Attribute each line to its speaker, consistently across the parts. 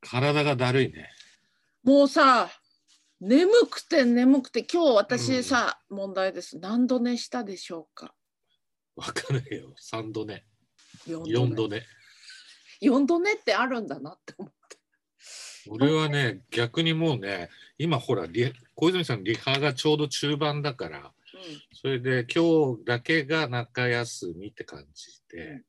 Speaker 1: 体がだるいね。
Speaker 2: もうさ眠くて眠くて今日私さ、問題です何度寝したでしょうか
Speaker 1: わかるよ。3度寝、
Speaker 2: 4
Speaker 1: 4
Speaker 2: 度
Speaker 1: 度寝。
Speaker 2: 寝4度寝ってあるんだなって思って
Speaker 1: 俺はね、逆にもうね、今ほら、リ小泉さん、リハがちょうど中盤だから、それで今日だけが中休みって感じで、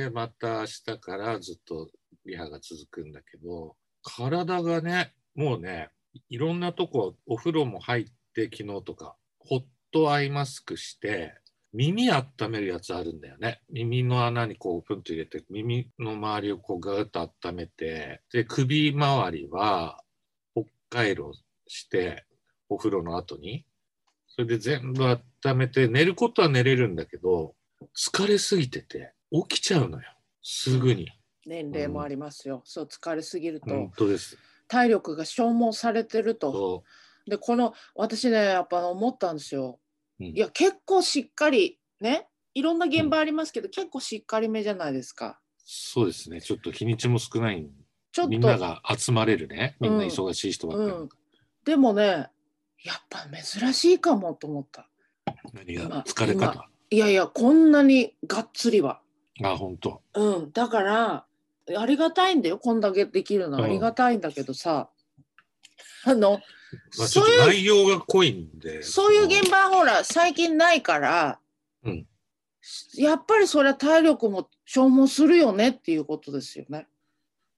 Speaker 1: で、また明日からずっとリハが続くんだけど、体がね、もうね、いろんなとこ、お風呂も入って、昨日とか、ホットアイマスクして、耳温めるやつあるんだよね。耳の穴にこうプンと入れて、耳の周りをこうガーッと温めて、で、首周りは、北海道して、お風呂の後に、それで全部温めて、寝ることは寝れるんだけど、疲れすぎてて、起きちゃうのよ。すぐに。
Speaker 2: 年齢もありますよ、そう疲れすぎると、
Speaker 1: 本当です。
Speaker 2: 体力が消耗されてると
Speaker 1: そ
Speaker 2: でこの私ねやっぱ思ったんですよ、
Speaker 1: うん
Speaker 2: いや結構しっかりねいろんな現場ありますけど、結構しっかりめじゃないですか
Speaker 1: うそうですね。ちょっと日にちも少ない。
Speaker 2: ちょっと
Speaker 1: みんなが集まれるね。みんな
Speaker 2: うん
Speaker 1: 忙しい人ばっかり
Speaker 2: うん。でもねやっぱ珍しいかもと思った
Speaker 1: 何が疲れ方。
Speaker 2: いやいやこんなにがっつりは
Speaker 1: あ、本当。
Speaker 2: うんだからありがたいんだよこんだけできるの
Speaker 1: うん
Speaker 2: ありがたいんだけどさ、あの
Speaker 1: まあ、ち
Speaker 2: そ
Speaker 1: ょ
Speaker 2: う
Speaker 1: っ
Speaker 2: いう
Speaker 1: と内容が濃いんで。
Speaker 2: そういう現場ほら最近ないから、
Speaker 1: うん
Speaker 2: やっぱりそれは体力も消耗するよねっていうことですよね。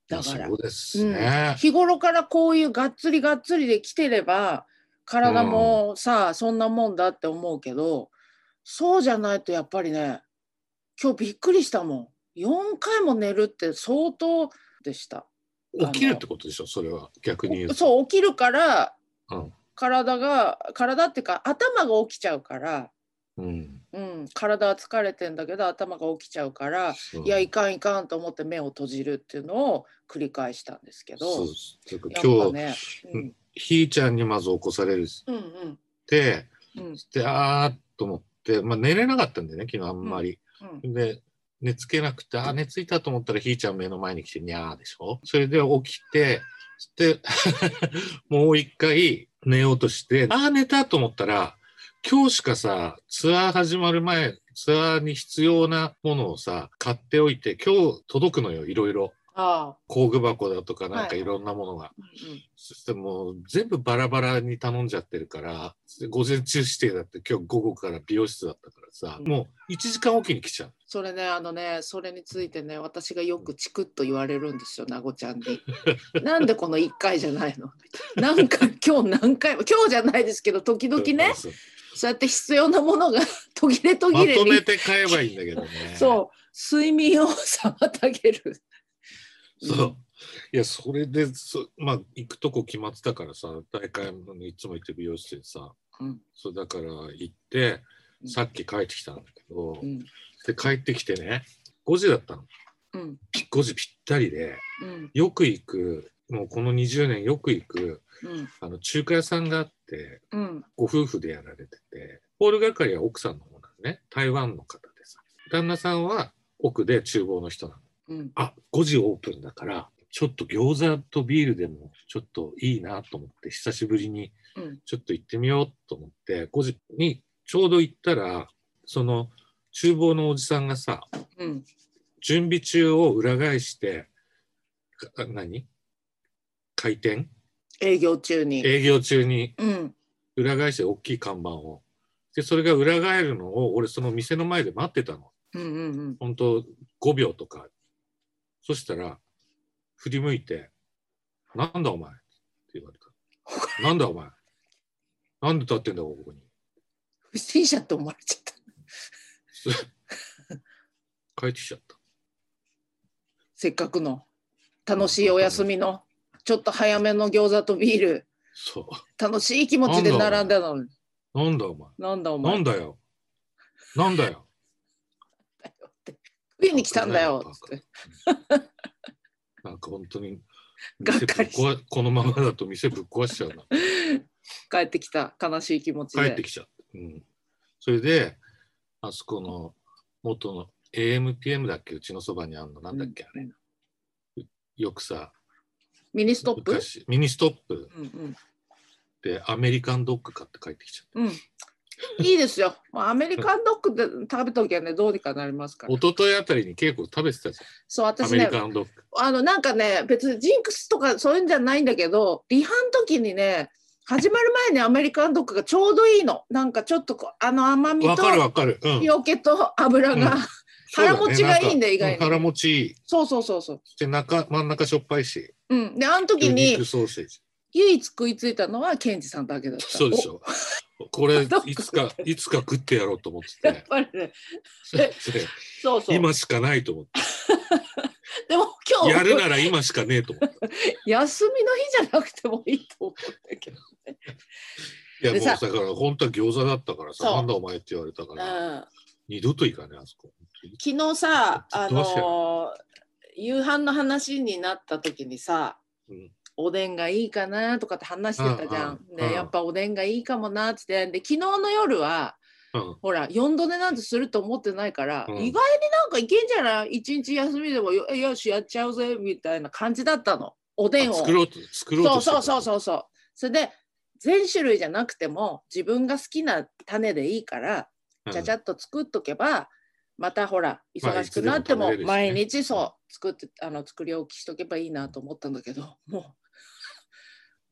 Speaker 2: だ
Speaker 1: そ
Speaker 2: から
Speaker 1: うですね。
Speaker 2: 日頃からこういうがっつりがっつりで来てれば体もさ、そんなもんだって思うけどそうじゃないとやっぱりね今日びっくりしたもん4回も寝るって相当でした
Speaker 1: 起きるってことでしょ、それは。逆に言うと。
Speaker 2: そう起きるから、
Speaker 1: うん
Speaker 2: 体が体っていうか頭が起きちゃうから、
Speaker 1: うん。
Speaker 2: うん、体は疲れてんだけど頭が起きちゃうから、
Speaker 1: そう
Speaker 2: いやいかんいかんと思って目を閉じるっていうのを繰り返したんですけ
Speaker 1: そ
Speaker 2: ど
Speaker 1: うです。てか
Speaker 2: やっ
Speaker 1: 今
Speaker 2: ぱ
Speaker 1: 日、
Speaker 2: ね、うん、
Speaker 1: ひーちゃんにまず起こされるっ
Speaker 2: うんうん
Speaker 1: て、
Speaker 2: うん
Speaker 1: で、あーっと思って、まあ、寝れなかったんだよね、昨日あんまり。
Speaker 2: うん
Speaker 1: で、寝つけなくて、あー、寝ついたと思ったら、ひーちゃん目の前に来て、にゃーでしょ。それで起きて、で、 もう一回寝ようとして、あー、寝たと思ったら、今日しかさ、ツアー始まる前、ツアーに必要なものをさ、買っておいて、今日届くのよ、いろいろ。
Speaker 2: ああ、
Speaker 1: 工具箱だとか、なん
Speaker 2: は
Speaker 1: か
Speaker 2: い
Speaker 1: いろんなものが。
Speaker 2: うんうん、
Speaker 1: そしてもう全部バラバラに頼んじゃってるから、午前中指定だって今日午後から美容室だったからさ、もう1時間おきに来ちゃう。
Speaker 2: それねあのねそれについてね私がよくチクッと言われるんですよなごち ゃんになんでこの1回じゃないのなんか今日何回も今日じゃないですけど時々ね
Speaker 1: そう
Speaker 2: そうやって必要なものが 途切れ途
Speaker 1: ま
Speaker 2: 切れ
Speaker 1: と
Speaker 2: に、。
Speaker 1: めて買えばいいんだけどね
Speaker 2: そう睡眠を妨げる
Speaker 1: そう。いや、それで、そまあ、行くとこ決まってたからさ、大会のいつも行ってる美容室でさ、
Speaker 2: うん
Speaker 1: そうだから行って、さっき帰ってきたんだけど、
Speaker 2: うん
Speaker 1: で帰ってきてね、5時だったの。
Speaker 2: うん
Speaker 1: 5時ぴったりで、
Speaker 2: うん
Speaker 1: よく行く、もうこの20年よく行く、
Speaker 2: うん
Speaker 1: あの中華屋さんがあって、
Speaker 2: うん
Speaker 1: ご夫婦でやられてて、ホール係は奥さんの方なのね、台湾の方でさ、旦那さんは奥で厨房の人なの。
Speaker 2: うん
Speaker 1: あ、5時オープンだから、ちょっと餃子とビールでもちょっといいなと思って、久しぶりに
Speaker 2: うん
Speaker 1: ちょっと行ってみようと思って、5時にちょうど行ったら、その厨房のおじさんがさ、
Speaker 2: うん
Speaker 1: 準備中を裏返して、か何開店
Speaker 2: 営業中に
Speaker 1: 営業中に
Speaker 2: うん
Speaker 1: 裏返して大きい看板を。で、それが裏返るのを、俺その店の前で待ってたの。
Speaker 2: うんうんうん
Speaker 1: 本当5秒とか。そしたら、振り向いて、なんだお前って 言われた。なんだお前なんで立ってんだここに。
Speaker 2: 不審者って思われちゃった
Speaker 1: 帰ってきちゃった。
Speaker 2: せっかくの楽しいお休みのちょっと早めの餃子とビール
Speaker 1: そ
Speaker 2: 楽しい気持ちで並んだのに
Speaker 1: う。なんだお前
Speaker 2: なんだお前
Speaker 1: なんだよなんだよ
Speaker 2: 食いに来たんだよつって
Speaker 1: なんか本当に、
Speaker 2: がっ
Speaker 1: 店ぶ
Speaker 2: か
Speaker 1: っ
Speaker 2: り
Speaker 1: 壊このままだと店ぶっ壊しちゃうな。
Speaker 2: 帰ってきた悲しい気持ちで
Speaker 1: 帰ってきちゃって、うん、それであそこの元の AMPM だっけうちのそばにあるのなんだっけ、あれよくさ
Speaker 2: ミニストップ、
Speaker 1: 昔ミニストップ
Speaker 2: うん
Speaker 1: でアメリカンドッグ買って帰ってきちゃっ
Speaker 2: うんうん、いいですよ、まあ、アメリカンドッグで食べときゃねどうにかなりますか
Speaker 1: た
Speaker 2: ら
Speaker 1: 一昨日あたりに結構食べてたじ
Speaker 2: そう
Speaker 1: ゃんア
Speaker 2: 私
Speaker 1: メリ
Speaker 2: ね
Speaker 1: カンドッグ
Speaker 2: あのなんかね別にジンクスとかそういうんじゃないんだけどリハの時にね始まる前にアメリカンドッグがちょうどいいのなんかちょっとこうあの甘み
Speaker 1: わ
Speaker 2: と
Speaker 1: かるわかる、うん、
Speaker 2: 塩気と油が、
Speaker 1: うん
Speaker 2: 腹持ちがいいんだ
Speaker 1: そうね
Speaker 2: 意外に
Speaker 1: うん腹持ちいい
Speaker 2: そうそうそうそう
Speaker 1: で中真ん中しょっぱいし
Speaker 2: うんであの時
Speaker 1: 牛
Speaker 2: に
Speaker 1: 肉ソーセージ
Speaker 2: 唯一食いついたのはケンジさんだけだった
Speaker 1: そうでしょこ れ
Speaker 2: ドッグ
Speaker 1: いつかいつか食ってやろうと思っ
Speaker 2: おやってぱりね
Speaker 1: て
Speaker 2: そうそう
Speaker 1: 今しかないと思って
Speaker 2: でも今日
Speaker 1: やるなら今しかねえと思って
Speaker 2: 休みの日じゃなくてもいいと思うんだけどね。
Speaker 1: いやも
Speaker 2: で
Speaker 1: う
Speaker 2: さ
Speaker 1: だから本当は餃子だったからさ
Speaker 2: そう
Speaker 1: なんだお前って言われたから
Speaker 2: うん
Speaker 1: 二度と行かねえあそこ
Speaker 2: 昨日さ、
Speaker 1: ずっ
Speaker 2: あ
Speaker 1: と忘れない
Speaker 2: のー夕飯の話になった時にさ、
Speaker 1: うん
Speaker 2: おでんがいいかなとかって話してたじゃん。
Speaker 1: うんうんうん
Speaker 2: ね、やっぱおでんがいいかもなって言って、で昨日の夜は
Speaker 1: うん
Speaker 2: ほら4度寝なんてすると思ってないから、
Speaker 1: うん
Speaker 2: 意外になんかいけんじゃない一日休みでもよよしやっちゃうぜみたいな感じだったのおでん
Speaker 1: あ
Speaker 2: を。
Speaker 1: 作ろうと作ろう
Speaker 2: そ
Speaker 1: と
Speaker 2: うそうそう
Speaker 1: う
Speaker 2: そうそう。それで全種類じゃなくても自分が好きな種でいいからちゃちゃ
Speaker 1: っ
Speaker 2: っと作っとけば、またほら
Speaker 1: まあ
Speaker 2: 忙しくなっても
Speaker 1: いつでも食べれる
Speaker 2: 毎
Speaker 1: しね
Speaker 2: 日そう作ってあの作り置きしとけばいいなと思ったんだけども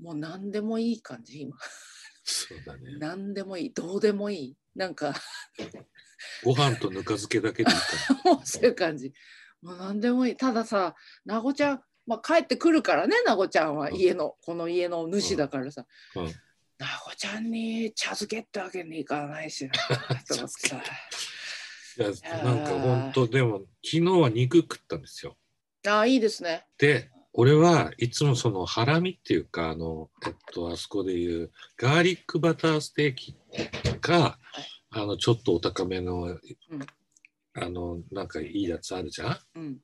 Speaker 2: うもう何でもいい感じ今
Speaker 1: そうだね
Speaker 2: 何でもいいどうでもいいなんか
Speaker 1: ご飯とぬか漬けだけでいい か
Speaker 2: もうそういう感じもう何でもいいたださなごちゃん、まあ、帰ってくるからねなごちゃんは
Speaker 1: うん
Speaker 2: 家の、この家の主だからさ、
Speaker 1: うんうん
Speaker 2: なごちゃんに茶漬けってわけにいかない しなと思ってさ
Speaker 1: らいやなんか本当でも昨日は肉食ったんですよ
Speaker 2: ああいいですね
Speaker 1: で俺はいつもそのハラミっていうかあのえっとあそこでいうガーリックバターステーキかあのちょっとお高めの、あのなんかいいやつあるじゃん
Speaker 2: うん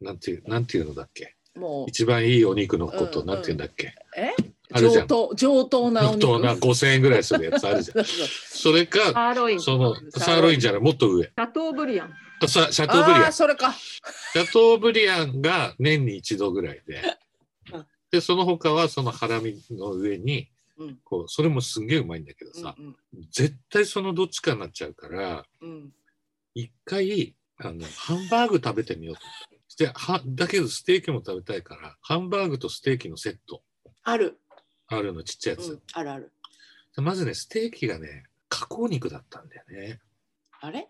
Speaker 1: なんていうなんていうのだっけ
Speaker 2: もう
Speaker 1: 一番いいお肉のこと、
Speaker 2: うん
Speaker 1: なんていうんだっけ
Speaker 2: え
Speaker 1: あるじゃ
Speaker 2: 上
Speaker 1: ん
Speaker 2: 等上等なお肉
Speaker 1: そうな5000円ぐらいするやつあるじゃんそれか
Speaker 3: サーロイン。
Speaker 1: そのサーロインじゃないもっと上
Speaker 3: シャトーブリアン。
Speaker 1: さシャトーブリ
Speaker 2: あ
Speaker 1: ア
Speaker 2: あ
Speaker 1: ン
Speaker 2: それか
Speaker 1: シャトーブリアンが年に一度ぐらいで
Speaker 2: うん
Speaker 1: でその他はそのハラミの上に
Speaker 2: うん
Speaker 1: こうそれもすんげえうまいんだけどさ、
Speaker 2: うん
Speaker 1: 絶対そのどっちかになっちゃうから
Speaker 2: うん
Speaker 1: 一回あのハンバーグ食べてみようと思ってではだけどステーキも食べたいからハンバーグとステーキのセット
Speaker 2: ある、
Speaker 1: あるのちっちゃいやつ、
Speaker 2: うん、あるある
Speaker 1: でまずねステーキがね加工肉だったんだよね
Speaker 2: あれ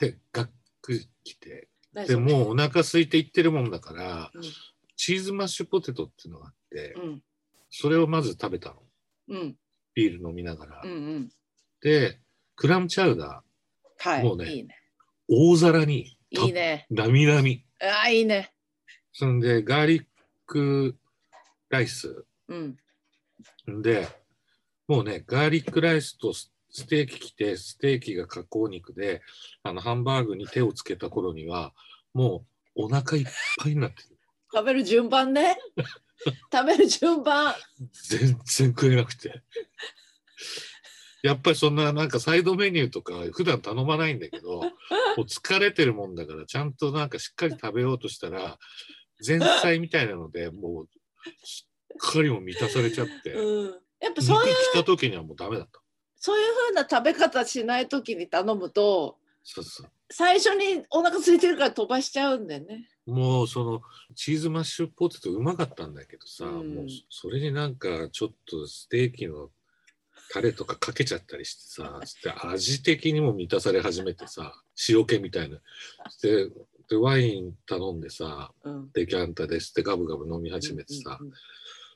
Speaker 1: でがっくりきて
Speaker 2: 何
Speaker 1: で
Speaker 2: それ
Speaker 1: もうお腹空いていってるもんだから、
Speaker 2: うん
Speaker 1: チーズマッシュポテトっていうのがあって、
Speaker 2: うん
Speaker 1: それをまず食べたの
Speaker 2: うん
Speaker 1: ビール飲みながら、
Speaker 2: うんうん
Speaker 1: でクラムチャウダ
Speaker 2: はい
Speaker 1: もうね
Speaker 2: いいね
Speaker 1: ー大皿に
Speaker 2: いいね
Speaker 1: なみなみ
Speaker 2: ああいいね
Speaker 1: そんでガーリックライス
Speaker 2: うん
Speaker 1: でもうねガーリックライスとスステーキ来てステーキが加工肉であのハンバーグに手をつけた頃にはもうお腹いっぱいになってる
Speaker 2: 食べる順番 ね食べる順番
Speaker 1: 全然食えなくてやっぱりそんななんかサイドメニューとか普段頼まないんだ けどもう疲れてるもんだからちゃんとなんかしっかり食べようとしたら前菜みたいなのでもうしっかりも満たされちゃって。
Speaker 2: うんやっぱ
Speaker 1: 肉
Speaker 2: そういう
Speaker 1: 来た時にはもうダメだった。
Speaker 2: そういう風な食べ方しない時に頼むと
Speaker 1: そうそう
Speaker 2: 最初にお腹空いてるから飛ばしちゃうんだよね
Speaker 1: もうそのチーズマッシュポテトうまかったんだけどさ、
Speaker 2: うん
Speaker 1: もうそれになんかちょっとステーキのタレとかかけちゃったりして さつって味的にも満たされ始めてさ塩気みたいなででワイン頼んでさ
Speaker 2: うん
Speaker 1: デキャンタですってガブガブ飲み始めてさ、
Speaker 2: うんうん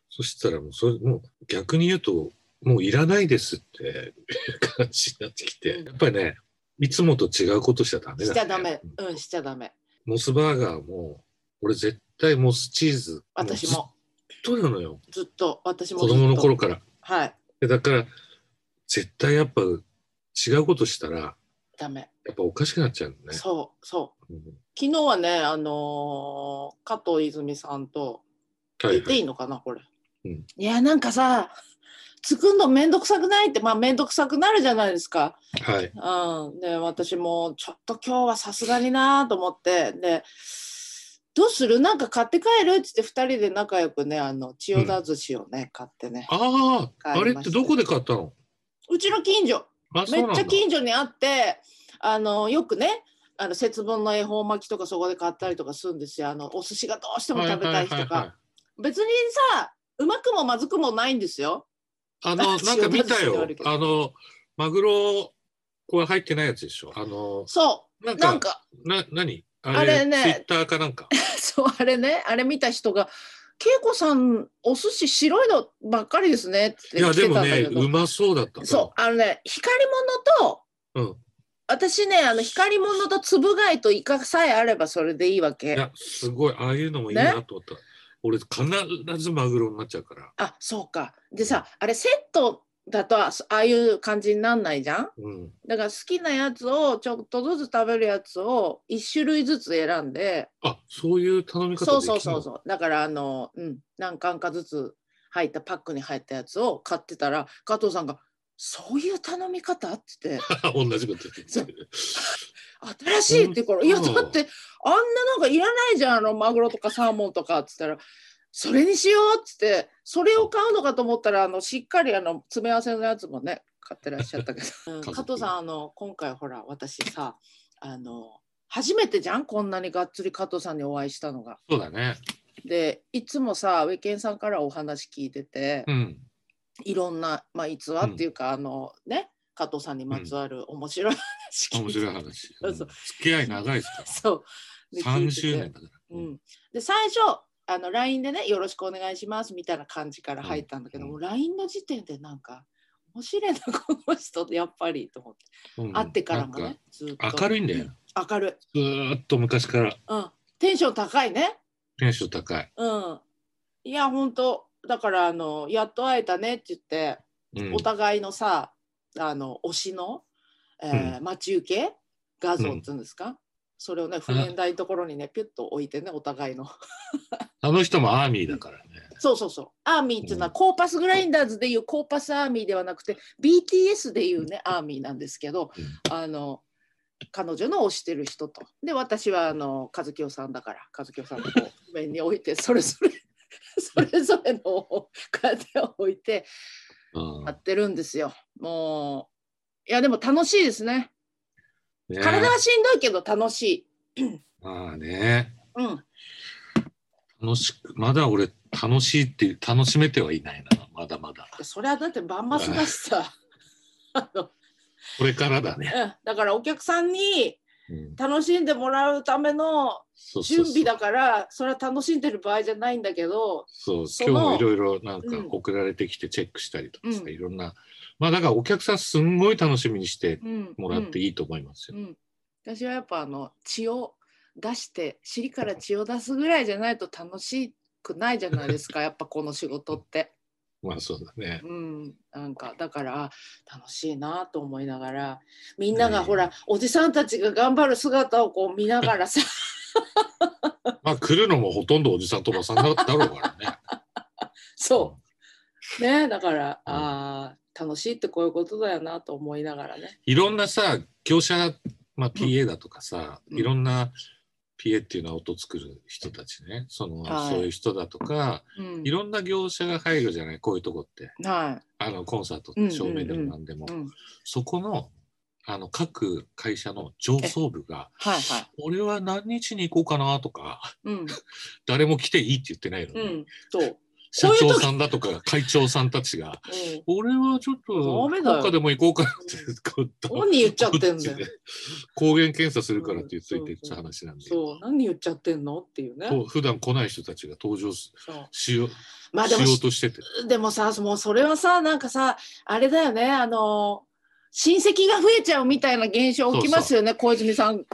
Speaker 1: そしたらもうそれもう逆に言うともういらないですって感じになってきてやっぱりねいつもと違うことしちゃダ
Speaker 2: うん
Speaker 1: メだ、ね、
Speaker 2: しちゃダメうんしちゃダメ
Speaker 1: モスバーガーも俺絶対モスチーズ
Speaker 2: 私も
Speaker 1: うずっとなのよ
Speaker 2: ずっと私もずっと
Speaker 1: 子供の頃から
Speaker 2: はい
Speaker 1: でだから絶対やっぱ違うことしたら
Speaker 2: ダメ
Speaker 1: やっぱおかしくなっちゃうのね、
Speaker 2: そうそう
Speaker 1: うん
Speaker 2: 昨日はねあのー加藤泉さんと
Speaker 1: はい
Speaker 2: 言って
Speaker 1: はいい
Speaker 2: いのかなこれ、
Speaker 1: うん
Speaker 2: いやなんかさ作るの面倒くさくないってまあ面倒くさくなるじゃないですか
Speaker 1: はい
Speaker 2: うん、で私もちょっと今日はさすがになと思ってでどうするなんか買って帰るっつって2人で仲良くねあの千代田寿司をね、買ってね
Speaker 1: ああ、
Speaker 2: 買
Speaker 1: あ
Speaker 2: いまし
Speaker 1: れったてどこで買ったの
Speaker 2: うちの近所
Speaker 1: あ、そう
Speaker 2: めっ
Speaker 1: なん
Speaker 2: ち
Speaker 1: だ
Speaker 2: ゃ。近所にあってあのよくねあの節分の恵方巻きとかそこで買ったりとかするんですよあのお寿司がどうしても食べたい人
Speaker 1: は
Speaker 2: が、
Speaker 1: はは
Speaker 2: 別にさうまくもまずくもないんですよ
Speaker 1: いはいあの、
Speaker 2: あ
Speaker 1: なんか見
Speaker 2: 塩出
Speaker 1: た
Speaker 2: 汁で
Speaker 1: よ
Speaker 2: あるけ。ど
Speaker 1: あの、マグロ、これ入ってないやつでしょ。あの、
Speaker 2: そ
Speaker 1: な
Speaker 2: うんなん
Speaker 1: か、
Speaker 2: か
Speaker 1: な、何
Speaker 2: あ
Speaker 1: あ
Speaker 2: れ
Speaker 1: れ、ツイ
Speaker 2: ね
Speaker 1: ッターかなんか。
Speaker 2: そうあれねあれ見た人が「恵子さんお寿司白いのばっかりですね」って
Speaker 1: いや、
Speaker 2: 来
Speaker 1: で
Speaker 2: て
Speaker 1: も
Speaker 2: たんだ
Speaker 1: ね、
Speaker 2: けど、
Speaker 1: うまそうだった。
Speaker 2: そうあのね光り物と
Speaker 1: う。うん。
Speaker 2: 私ねあの光り物とつぶ貝とイカさえあればそれでいいわ
Speaker 1: い
Speaker 2: け
Speaker 1: や、すごい、ああいうのもいいなと思った。俺、必ずマグロになっちゃうから。
Speaker 2: あそうかでさあれセットだとあああいう感じになんないじゃん
Speaker 1: うん。
Speaker 2: だから好きなやつをちょっとずつ食べるやつを1種類ずつ選んで
Speaker 1: あ、そういう頼み方でき
Speaker 2: そ
Speaker 1: る
Speaker 2: うそうそう
Speaker 1: う。
Speaker 2: そうだからあのうん何缶かずつ入ったパックに入ったやつを買ってたら加藤さんが「そういう頼み方?」って言って
Speaker 1: 同じこと言ってる。
Speaker 2: 「新しい」って言うから「いや
Speaker 1: うん
Speaker 2: だってあんななんかいらないじゃんあのマグロとかサーモンとか」って言ったら「それにしよう」っつってそれを買うのかと思ったらあのしっかりあの詰め合わせのやつもね買ってらっしゃったけ ど、うん
Speaker 1: 家族
Speaker 2: 加藤さんあの今回ほら私さあの初めてじゃんこんなにがっつり加藤さんにお会いしたのが。
Speaker 1: そうだね。
Speaker 2: でいつもさウェケンさんからお話聞いてて、
Speaker 1: うん。
Speaker 2: いろんな、まあ、逸話っていうか、あのね加藤さんにまつわる面白い話聞いて、
Speaker 1: 面白い話。
Speaker 2: そううんそう
Speaker 1: 付き合い長いですか ら。
Speaker 2: そうで聞い
Speaker 1: 三
Speaker 2: てて
Speaker 1: 周年だから。
Speaker 2: う
Speaker 1: うん
Speaker 2: ん、で最初あの LINE でね「よろしくお願いします」みたいな感じから入ったんだけど、
Speaker 1: うん
Speaker 2: もう LINE の時点でなんか面白いなこの人やっぱりと思って、
Speaker 1: うん
Speaker 2: 会ってからも
Speaker 1: なん
Speaker 2: ねずっと
Speaker 1: 明るいんだよ。
Speaker 2: うん明るい、
Speaker 1: ずーっと昔から
Speaker 2: うん、テンション高いね
Speaker 1: テンション高い。
Speaker 2: うんいや本当だからあのやっと会えたねって言って
Speaker 1: うん
Speaker 2: お互いのさあの推しの、えー待ち受け画像っていうんですか、それをね譜面台のところにねピュッと置いてねお互いの
Speaker 1: あの人もアーミーだからね。
Speaker 2: そうそうそうアーミーっていうのはコーパスグラインダーズでいうコーパスアーミーではなくて BTS でいうねアーミーなんですけどあの彼女の推してる人とで私はあの和清さんだから和清さんのこう譜面に置いてそれぞれそれぞれの こうやって置いて
Speaker 1: うん
Speaker 2: やってるんですよ。もういやでも楽しいですね。
Speaker 1: ね
Speaker 2: 体はしんどいけど楽しい。
Speaker 1: まあね。
Speaker 2: うん。
Speaker 1: 楽しく、まだ俺、楽しいっていう、楽しめてはいないな。まだまだ。
Speaker 2: それはだってバンマスだし さ。あの
Speaker 1: これからだね。
Speaker 2: うんだからお客さんに
Speaker 1: うん
Speaker 2: 楽しんでもらうための
Speaker 1: そうそうそ
Speaker 2: 準
Speaker 1: う
Speaker 2: 備だからそれは楽しんでる場合じゃないんだけど
Speaker 1: そう
Speaker 2: その
Speaker 1: 今日もいろいろなんか
Speaker 2: うん
Speaker 1: 送られてきてチェックしたりとかさ、
Speaker 2: うん
Speaker 1: いろんなまあだからお客さんすんごい楽しみにして
Speaker 2: うん
Speaker 1: もらっていいと思いますよ
Speaker 2: う、ん、私はやっぱあの血を出して尻から血を出すぐらいじゃないと楽しくないじゃないですかやっぱこの仕事って。
Speaker 1: まあそうだね
Speaker 2: うん、なんかだからあ楽しいなと思いながらみんなが
Speaker 1: うん
Speaker 2: ほら、おじさんたちが頑張る姿をこう見なが らさ
Speaker 1: まあ来るのもほとんどおじさんとおばさんだだろうか らね
Speaker 2: そうねだから、
Speaker 1: うん
Speaker 2: あー楽しいってこういうことだよなと思いながらね。
Speaker 1: いろんなさ業者、まあ、PA だとかさ、
Speaker 2: うん
Speaker 1: いろんな PA っていうのは音作る人たちねその、
Speaker 2: はい
Speaker 1: そういう人だとか
Speaker 2: うん
Speaker 1: いろんな業者が入るじゃないこういうとこって
Speaker 2: は
Speaker 1: あのコンサート
Speaker 2: うんうん
Speaker 1: 照明でも何でも、
Speaker 2: い、うん、
Speaker 1: そこのあの各会社の上層部が
Speaker 2: はいはい。
Speaker 1: 俺は何日に行こうかなとか、
Speaker 2: うん、
Speaker 1: 誰も来ていいって言ってないの
Speaker 2: う
Speaker 1: に、
Speaker 2: ん、そう。
Speaker 1: 社長さんだとか会長さんたちが、
Speaker 2: うん
Speaker 1: 俺はちょっと、
Speaker 2: ダメだよ
Speaker 1: 他でも行こうかなって、こう
Speaker 2: 何言っちゃってんだよ
Speaker 1: こちで抗原検査するからって言っといて
Speaker 2: うん
Speaker 1: っ
Speaker 2: そう
Speaker 1: て
Speaker 2: そう
Speaker 1: 話なんで、
Speaker 2: そう何言っちゃってんのっていうね
Speaker 1: こう普段来ない人たちが登場し
Speaker 2: そう
Speaker 1: しよう
Speaker 2: まあで
Speaker 1: し
Speaker 2: も
Speaker 1: ようとしてて、
Speaker 2: でもさもうそれはさなんかさあれだよねあの親戚が増えちゃうみたいな現象起きますよね小泉さん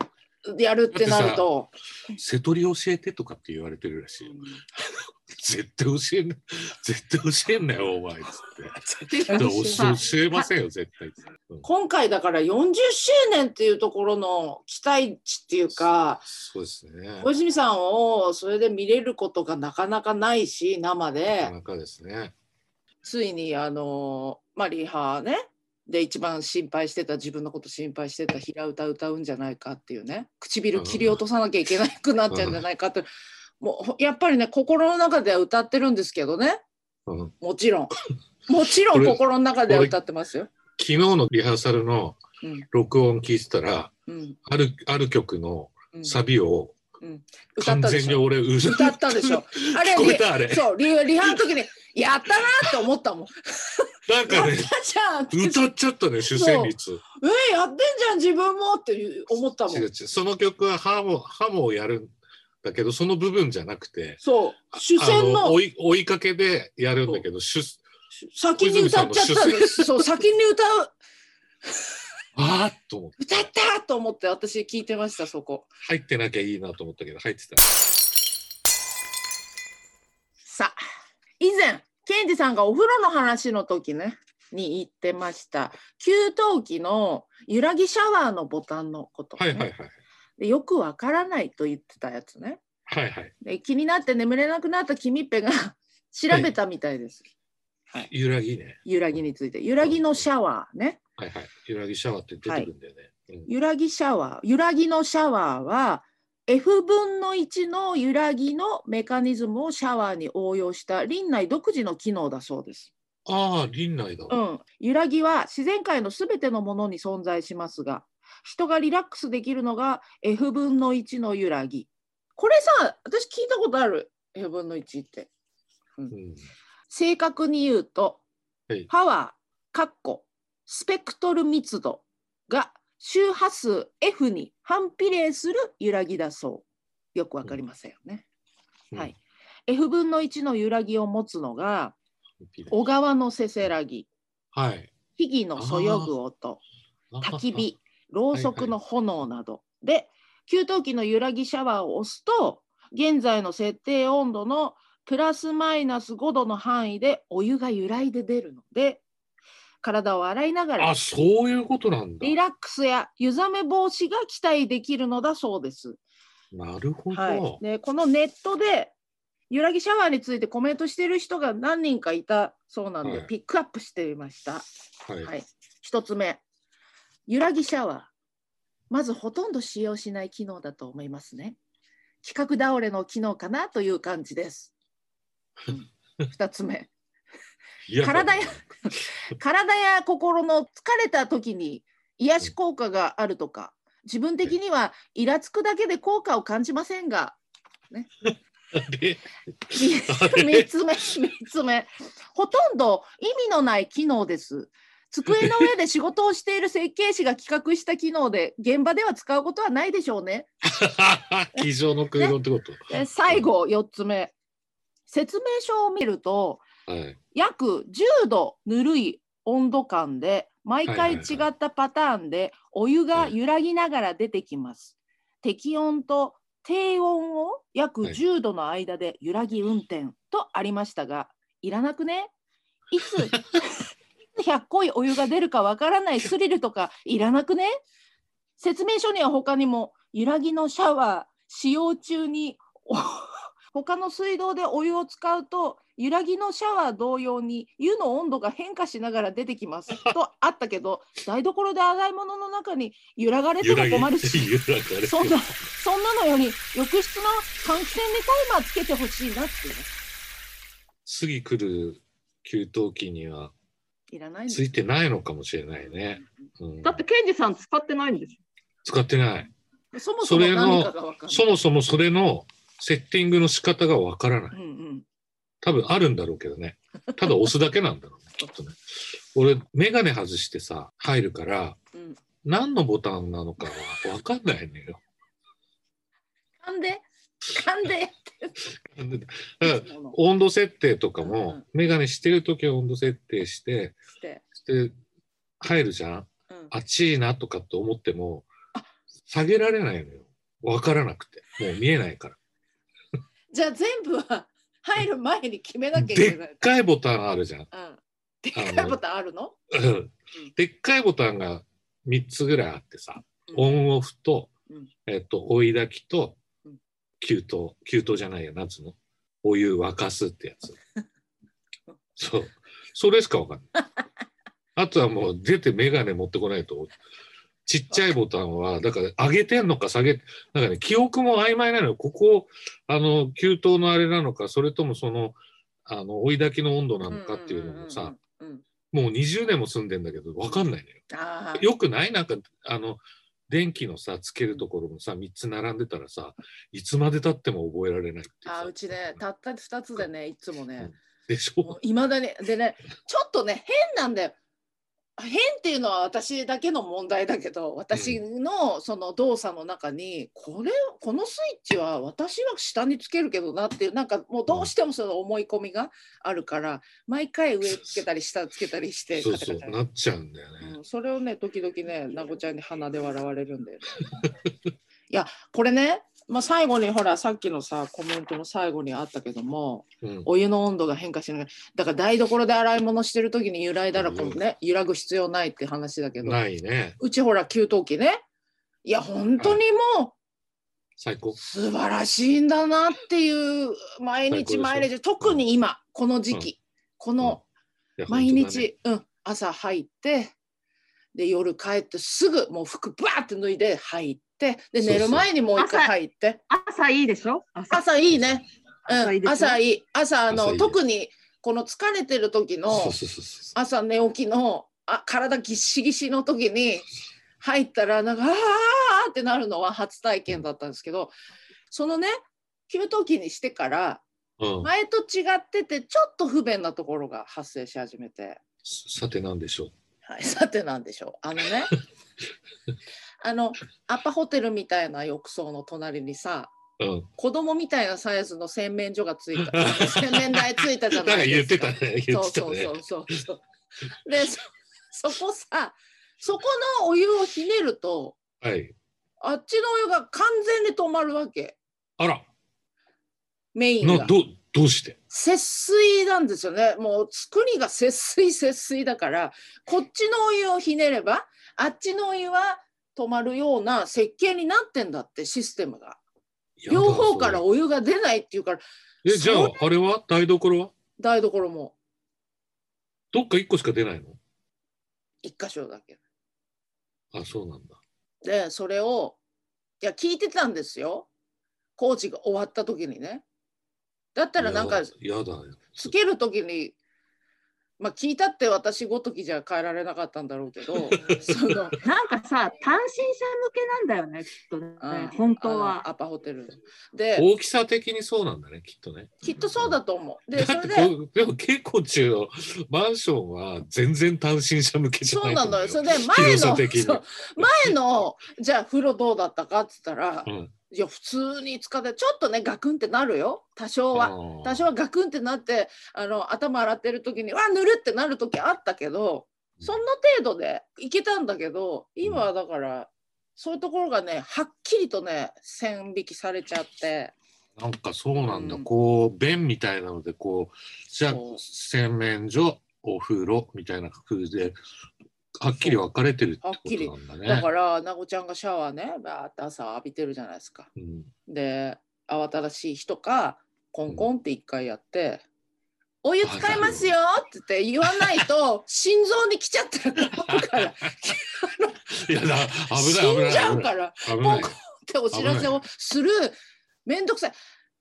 Speaker 2: やるってなると。
Speaker 1: 瀬戸り教えてとかって言われてるらしいよ。絶対教えんな、 絶対教えんなよ、お前っつって。だから
Speaker 2: さ
Speaker 1: 教えませんよ、絶対っつって。うん
Speaker 2: 今回だから40周年っていうところの期待値っていうか
Speaker 1: そうですね。
Speaker 2: 小泉さんをそれで見れることがなかなかないし生
Speaker 1: なか
Speaker 2: で
Speaker 1: なかですね。
Speaker 2: ついにあのまあリハねで一番心配してた自分のこと心配してた平歌歌うんじゃないかっていうね唇切り落とさなきゃいけなくなっちゃうんじゃないかって、もうやっぱりね心の中では歌ってるんですけどね
Speaker 1: うん
Speaker 2: もちろんもちろん
Speaker 1: 俺
Speaker 2: 心の中では歌ってますよ。
Speaker 1: 昨日のリハーサルの
Speaker 2: うん
Speaker 1: 録音聞いてたら、
Speaker 2: うん
Speaker 1: あるある曲の
Speaker 2: うん、
Speaker 1: サビを
Speaker 2: 歌っ
Speaker 1: 完
Speaker 2: たで
Speaker 1: 全
Speaker 2: し
Speaker 1: に
Speaker 2: ょ
Speaker 1: 俺うる
Speaker 2: 歌ったでし ょあれ
Speaker 1: 聞こえたあ れ
Speaker 2: リそうリリハの時に「やったな!」って思ったもん。
Speaker 1: なん
Speaker 2: や
Speaker 1: か
Speaker 2: った
Speaker 1: ね
Speaker 2: じゃんって
Speaker 1: 歌っちゃったね主旋律
Speaker 2: えーやってんじゃん自分もっていう思ったも
Speaker 1: 違うん違。うその曲はハモハモをやるんだけどその部分じゃなくて
Speaker 2: そう主戦
Speaker 1: あ
Speaker 2: の
Speaker 1: 追い追いかけでやるんだけど主
Speaker 2: 先に歌っちゃったんです。そう先に歌う
Speaker 1: あーっと思って
Speaker 2: 歌ったと思って私聞いてましたそこ。
Speaker 1: 入ってなきゃいいなと思ったけど入ってた
Speaker 2: さあ以前ケンジさんがお風呂の話の時ねに言ってました給湯器の揺らぎシャワーのボタンのこと、ね
Speaker 1: はいはいはい
Speaker 2: でよくわからないと言ってたやつね
Speaker 1: はいはい
Speaker 2: で気になって眠れなくなった君っぺが 調べたみたいです、
Speaker 1: 揺らぎね
Speaker 2: 揺らぎについて揺らぎのシャワーね
Speaker 1: はいはい揺らぎシャワーって出てくるんだよね、うん
Speaker 2: 揺らぎシャワー揺らぎのシャワーは F 分の1の揺らぎのメカニズムをシャワーに応用した林内独自の機能だそうです
Speaker 1: ああ輪内だ、
Speaker 2: うん、揺らぎは自然界のすべてのものに存在しますが人がリラックスできるのが F 分の1の揺らぎこれさ私聞いたことある F 分の1って
Speaker 1: うん
Speaker 2: 正確に言うと、
Speaker 1: はい
Speaker 2: パワーかっこスペクトル密度が周波数 F に反比例する揺らぎだそうよくわかりませんよね、
Speaker 1: うん
Speaker 2: はい F 分の1の揺らぎを持つのが小川のせせらぎ
Speaker 1: はい
Speaker 2: 木々のそよぐ音焚き 火ろうそくの炎など、で給湯器の揺らぎシャワーを押すと現在の設定温度のプラスマイナス5度の範囲でお湯が揺らいで出るので体を洗いながら
Speaker 1: あそういうことなんだ
Speaker 2: リラックスや湯冷め防止が期待できるのだそうです。
Speaker 1: なるほど、
Speaker 2: はい、でこのネットで揺らぎシャワーについてコメントしてる人が何人かいたそうなんで、
Speaker 1: はい
Speaker 2: ピックアップしてみました。
Speaker 1: はい
Speaker 2: はい、1つ目、揺らぎシャワー。まずほとんど使用しない機能だと思いますね。企画倒れの機能かなという感じ です。2つ目、
Speaker 1: いや
Speaker 2: 体や体や心の疲れた時に癒し効果があるとか、自分的にはイラつくだけで効果を感じませんが、
Speaker 1: で
Speaker 2: 3つ目、3つ目、ほとんど意味のない機能です。机の上で仕事をしている設計士が企画した機能で、現場では使うことはないでしょうね。
Speaker 1: 机上の空洞ってこと、
Speaker 2: で最後、4つ目、説明書を見ると、
Speaker 1: はい、
Speaker 2: 約10度ぬるい温度感で毎回違ったパターンでお湯が揺らぎながら出てきます。適温と低温を約
Speaker 1: はい
Speaker 2: 10度の間で揺らぎ運転とありましたが、いらなくねいつ いつ100個いお湯が出るかわからないスリルとかいらなくね説明書には他にも揺らぎのシャワー使用中にお 他の水道でお湯を使うと揺らぎのシャワー同様に湯の温度が変化しながら出てきます とあったけど台所で洗い物の中に揺らがれて
Speaker 1: 揺ら
Speaker 2: も
Speaker 1: ぎ
Speaker 2: 困るし
Speaker 1: 揺らがれ
Speaker 2: そんなそんなのより浴室の換気扇にタイマーつけてほしいなっていうね
Speaker 1: 次来る給湯器にはい
Speaker 2: らないんです
Speaker 1: ついてないのかもしれないね、うん
Speaker 3: だってケンジさん使ってないんですよ。
Speaker 1: 使ってない
Speaker 2: そもそも
Speaker 1: それの
Speaker 2: 何かがわかんない
Speaker 1: そもそもそれのセッティングの仕方がわからない
Speaker 2: うんうん
Speaker 1: 多分あるんだろうけどねただ押すだけなんだろうね きっとね俺眼鏡外してさ入るから
Speaker 2: うん
Speaker 1: 何のボタンなのかはわかんないのよ
Speaker 2: 噛んで噛んで
Speaker 1: だから
Speaker 2: いつもの
Speaker 1: 温度設定とか
Speaker 2: うんうん
Speaker 1: も、メガネしてるときは温度設定して、
Speaker 2: して、
Speaker 1: して、入るじゃん
Speaker 2: うん、
Speaker 1: 暑いなとかって思っても、下げられないのよ。わからなくて。もう見えないから。
Speaker 2: じゃあ全部は入る前に決めなきゃい
Speaker 1: で
Speaker 2: けない
Speaker 1: っかいボタンあるじゃん。
Speaker 2: うんでっかいボタンあるの
Speaker 1: うんでっかいボタンが3つぐらいあってさ、オンオフと
Speaker 2: うん、
Speaker 1: えっと、追い炊きと
Speaker 2: うん、
Speaker 1: 給湯、給湯じゃないや、なんつうの お湯沸かすってやつ。そう。それしかわかんない。あとはもう出て眼鏡持ってこないと、ちっちゃいボタンは、だから上げてんのか下げて、なんかね、記憶も曖昧なのよ。ここ、あの、給湯のあれなのか、それともその、あの、追い炊きの温度なのかっていうのもさ、
Speaker 2: うんうんうんうん。
Speaker 1: もう20年も住んでんだけど、わかんないのよ。
Speaker 2: ああ。
Speaker 1: よくないなんか、あの、電気のさ、つけるところもさ、3つ並んでたらさ、いつまで経っても覚えられないっていうさ
Speaker 2: あうちねたった2つでねいつもね
Speaker 1: でしょ
Speaker 2: いまだにでねちょっとね変なんだよ変っていうのは私だけの問題だけど私のその動作の中にこれこのスイッチは私は下につけるけどなっていうなんかもうどうしてもその思い込みがあるから毎回上つけたり下つけたりして
Speaker 1: そうそう
Speaker 2: カ、タカタ
Speaker 1: なっちゃうんだよね。
Speaker 2: うんそれをね時々ねなごちゃんに鼻で笑われるんだよ、ね、 いやこれね、まあ、最後にほらさっきのさコメントの最後にあったけども
Speaker 1: うん
Speaker 2: お湯の温度が変化しながらだから台所で洗い物してる時に揺らいだらこうね揺らぐ必要ないって話だけど
Speaker 1: ないね。
Speaker 2: うちほら給湯器ねいや本当にも
Speaker 1: 最高
Speaker 2: う。素晴らしいんだなっていう毎
Speaker 1: 最高でし
Speaker 2: 日
Speaker 1: ょ
Speaker 2: 毎日特に今この時期、この、
Speaker 1: いや
Speaker 2: 毎。
Speaker 1: 本当だね
Speaker 2: 日、うん、朝入ってで夜帰ってすぐもう服バーって脱いで入ってで
Speaker 1: そうそう
Speaker 2: 寝る前にもう一回
Speaker 3: 朝
Speaker 2: 入って
Speaker 3: 朝いいでしょ朝
Speaker 2: 朝いいね、
Speaker 3: 朝いい
Speaker 2: うん、
Speaker 3: ですね
Speaker 2: 朝いい朝あの
Speaker 1: 朝いいね
Speaker 2: 特にこの疲れてる時の
Speaker 1: そうそうそうそう。
Speaker 2: 朝寝起きのあ体ぎっしぎしの時に入ったらなんかあーってなるのは初体験だったんですけどそのね給湯器にしてから
Speaker 1: うん、
Speaker 2: 前と違っててちょっと不便なところが発生し始めて。
Speaker 1: さてなんでしょう。
Speaker 2: はい、さてなんでしょう。あの ね、あのアパホテルみたいな浴槽の隣にさ、
Speaker 1: うん、
Speaker 2: 子供みたいなサイズの洗面所がつ いた、洗面台ついたじ
Speaker 1: な
Speaker 2: ゃ
Speaker 1: んか
Speaker 2: ない
Speaker 1: 言
Speaker 2: で
Speaker 1: っ
Speaker 2: す
Speaker 1: て
Speaker 2: か
Speaker 1: た。ね。言
Speaker 2: そう
Speaker 1: ってた
Speaker 2: そう
Speaker 1: ね
Speaker 2: そ。うそうそう。で、そそこさ、そこのお湯をひねると、
Speaker 1: はい。
Speaker 2: あっちのお湯が完全に止まるわけ。
Speaker 1: あら、
Speaker 2: メイン
Speaker 1: な
Speaker 2: が
Speaker 1: どどうして。
Speaker 2: 節水なんですよねもう作りが節水節水だからこっちのお湯をひねればあっちのお湯は止まるような設計になってんだってシステムが
Speaker 1: やだ
Speaker 2: 両方か
Speaker 1: そ
Speaker 2: らお湯が出ないっていうから
Speaker 1: れえ、じゃああれは台所は
Speaker 2: 台所も
Speaker 1: どっか一個しか出ないの？
Speaker 2: 一箇所だけ
Speaker 1: あ、そうなんだ。
Speaker 2: でそれをいや聞いてたんですよ工事が終わった時にねだったらなんか
Speaker 1: やだ。やだ
Speaker 2: つける時にまあ聞いたって私ごときじゃ変えられなかったんだろうけ どその
Speaker 3: なんかさ単身者向けなんだよねきっと
Speaker 2: うん
Speaker 3: ね本当
Speaker 2: あの
Speaker 3: は
Speaker 2: アパホテルで
Speaker 1: 大きさ的にそうなんだね、きっとね。
Speaker 2: きっとそうだと思うで
Speaker 1: だ
Speaker 2: そ
Speaker 1: っ
Speaker 2: れ
Speaker 1: て
Speaker 2: で
Speaker 1: こうでも結構中のマンションは全然単身者向けじゃ
Speaker 2: そ
Speaker 1: な
Speaker 2: う
Speaker 1: い
Speaker 2: な
Speaker 1: と思
Speaker 2: の
Speaker 1: う
Speaker 2: よ
Speaker 1: よ。
Speaker 2: それで前の
Speaker 1: 広さ的に
Speaker 2: そう前のじゃあ風呂どうだったかっつったら、
Speaker 1: うん
Speaker 2: いや普通に使ってちょっとねガクンってなるよ多少は
Speaker 1: は
Speaker 2: 多少はガクンってなってあの頭洗ってる時にうわぬるってなる時あったけどそんな程度でいけたんだけど今はだからそういうところがねはっきりとね線引きされちゃって
Speaker 1: なんかそうなんだ、
Speaker 2: うん
Speaker 1: こう便みたいなのでこうじゃあ
Speaker 2: そう
Speaker 1: 洗面所お風呂みたいな工夫ではっきり分かれてるってことなんだね。
Speaker 2: だからなごちゃんがシャワーねバーって朝浴びてるじゃないですか。
Speaker 1: うん、
Speaker 2: で慌ただしい人かコンコンって一回やって「お湯使いますよ」って言って言わない と心臓に来ちゃったらここから
Speaker 1: いやだ危ない危
Speaker 2: 死
Speaker 1: なんい
Speaker 2: じゃ
Speaker 1: 危
Speaker 2: う
Speaker 1: ない
Speaker 2: からっ
Speaker 1: 危ない
Speaker 2: もてお知らせをするめんどくさい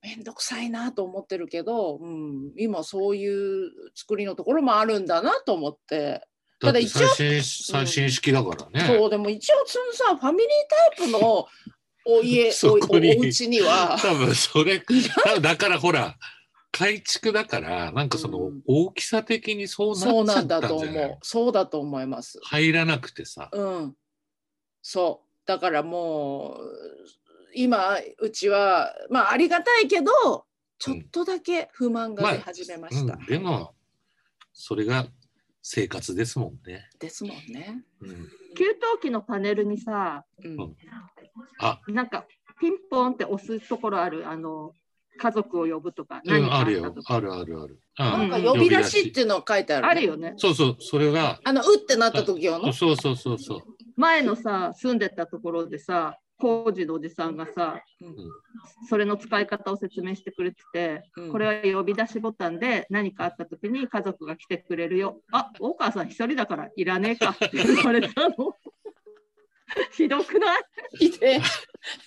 Speaker 2: めんどくさいなと思ってるけど、うん、今そういう作りのところもあるんだなと思って。
Speaker 1: だっ
Speaker 2: だ
Speaker 1: て
Speaker 2: 一応
Speaker 1: 最新最新式だからね。
Speaker 2: そうでも一応そのさファミリータイプのお家お
Speaker 1: そこに
Speaker 2: おお家に は
Speaker 1: 多分そ れ多分だからほら改築だからなんかその
Speaker 2: うん
Speaker 1: 大きさ的にそうなっち
Speaker 2: そう
Speaker 1: ゃ
Speaker 2: な
Speaker 1: っ
Speaker 2: ん
Speaker 1: たん
Speaker 2: だ
Speaker 1: じゃ
Speaker 2: と思
Speaker 1: ないう
Speaker 2: そうだと思います。
Speaker 1: 入らなくてさ。
Speaker 2: うん、そうだからもう今うちはまあありがたいけどちょっとだけ不満が出始めました、
Speaker 1: うん、でもそれが生活ですもんね。
Speaker 2: ですもんね、
Speaker 1: うん、
Speaker 3: 給湯器のパネルにさ
Speaker 2: うん
Speaker 1: うんあ
Speaker 3: なんかピンポンって押すところあるあの家族を呼ぶとか
Speaker 1: うん、
Speaker 3: 何かあ
Speaker 1: ある
Speaker 3: った
Speaker 1: よ
Speaker 3: と。か
Speaker 1: あるあるある。
Speaker 2: なん
Speaker 1: あ
Speaker 2: か呼び出しっていうの書いてある、
Speaker 3: あるよね
Speaker 1: そうそう、それが。
Speaker 2: あのうってなった時用の
Speaker 1: そうそうそうそうそう。
Speaker 3: 前のさ住んでたところでさ工事のおじさんがさ、
Speaker 2: うん
Speaker 3: それの使い方を説明してくれてて、
Speaker 2: うん
Speaker 3: これは呼び出しボタンで何かあった時に家族が来てくれるよ。あ、大川さん一人だからいらねえ かって言われたの。ひどくない
Speaker 2: ひでえ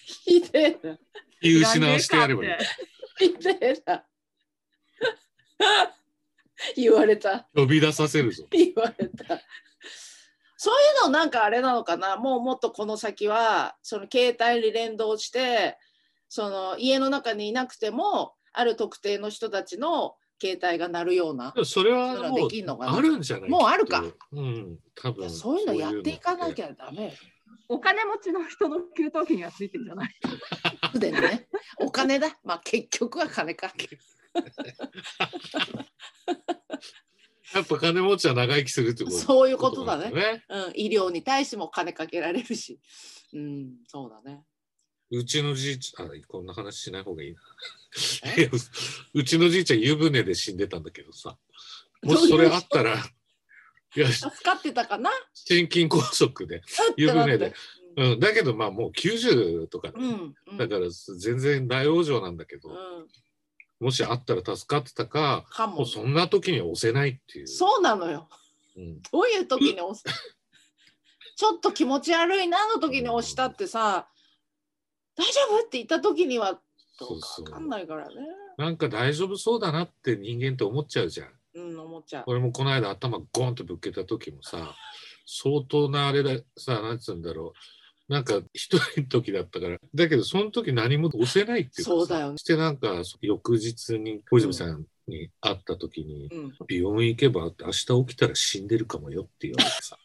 Speaker 2: ひでえな
Speaker 1: 言い失わしてやればいい
Speaker 3: らねえかって
Speaker 2: ひでえな言われた
Speaker 1: 飛び出させるぞ
Speaker 2: 言われた。そういうのなんかあれなのかなもうもっとこの先はその携帯に連動してその家の中にいなくてもある特定の人たちの携帯が鳴るような
Speaker 1: でもそれ
Speaker 2: そういう
Speaker 1: は
Speaker 2: の
Speaker 1: も
Speaker 2: で
Speaker 1: う
Speaker 2: きんのかな
Speaker 1: あるんじゃない
Speaker 2: もうあるか
Speaker 1: きっとうん多分
Speaker 2: そういうのやっていかなき
Speaker 1: ゃ
Speaker 2: ゃダメよ
Speaker 3: お金持ちの人の給湯器にはついてんじゃない
Speaker 2: すでにねお金だまあ結局は金か
Speaker 1: やっぱ金持ちは長生きするってこと
Speaker 2: そういうことだね
Speaker 1: なんね
Speaker 2: うん、医療に対しても金かけられるしうんそうだね
Speaker 1: うちのじいちゃんあこんな話しない方がいいな
Speaker 2: え
Speaker 1: いやうちのじいちゃん湯船で死んでたんだけどさも
Speaker 2: どうい
Speaker 1: し
Speaker 2: う
Speaker 1: それあったらいや
Speaker 2: 助かってたかな
Speaker 1: 心筋梗塞で、湯船でうん、だけどまあもう90とかね、
Speaker 2: うんうんうん
Speaker 1: だから全然大往生なんだけど、
Speaker 2: うん
Speaker 1: もしあったら助かってたか
Speaker 2: かも
Speaker 1: もうそんな時には押せないっていう
Speaker 2: そうなのよ。
Speaker 1: うん
Speaker 2: どういう時に押す ちょっと気持ち悪いなの時に押したってさ、大丈夫って言った時にはどうか
Speaker 1: そうそう
Speaker 2: わかんないからね。
Speaker 1: なんか大丈夫そうだなって人間って思っちゃうじゃん
Speaker 2: うん、思っちゃう。
Speaker 1: 俺もこの間頭ゴンとぶっけた時もさ相当なあれださなんつうんだろうなんか一人の時だったからだけどその時何も押せないっていうかさ
Speaker 2: そうだよね
Speaker 1: してなんか翌日に小泉さんに会った時に
Speaker 2: うん、
Speaker 1: 「病院行けば明日起きたら死んでるかもよ」って言われてさ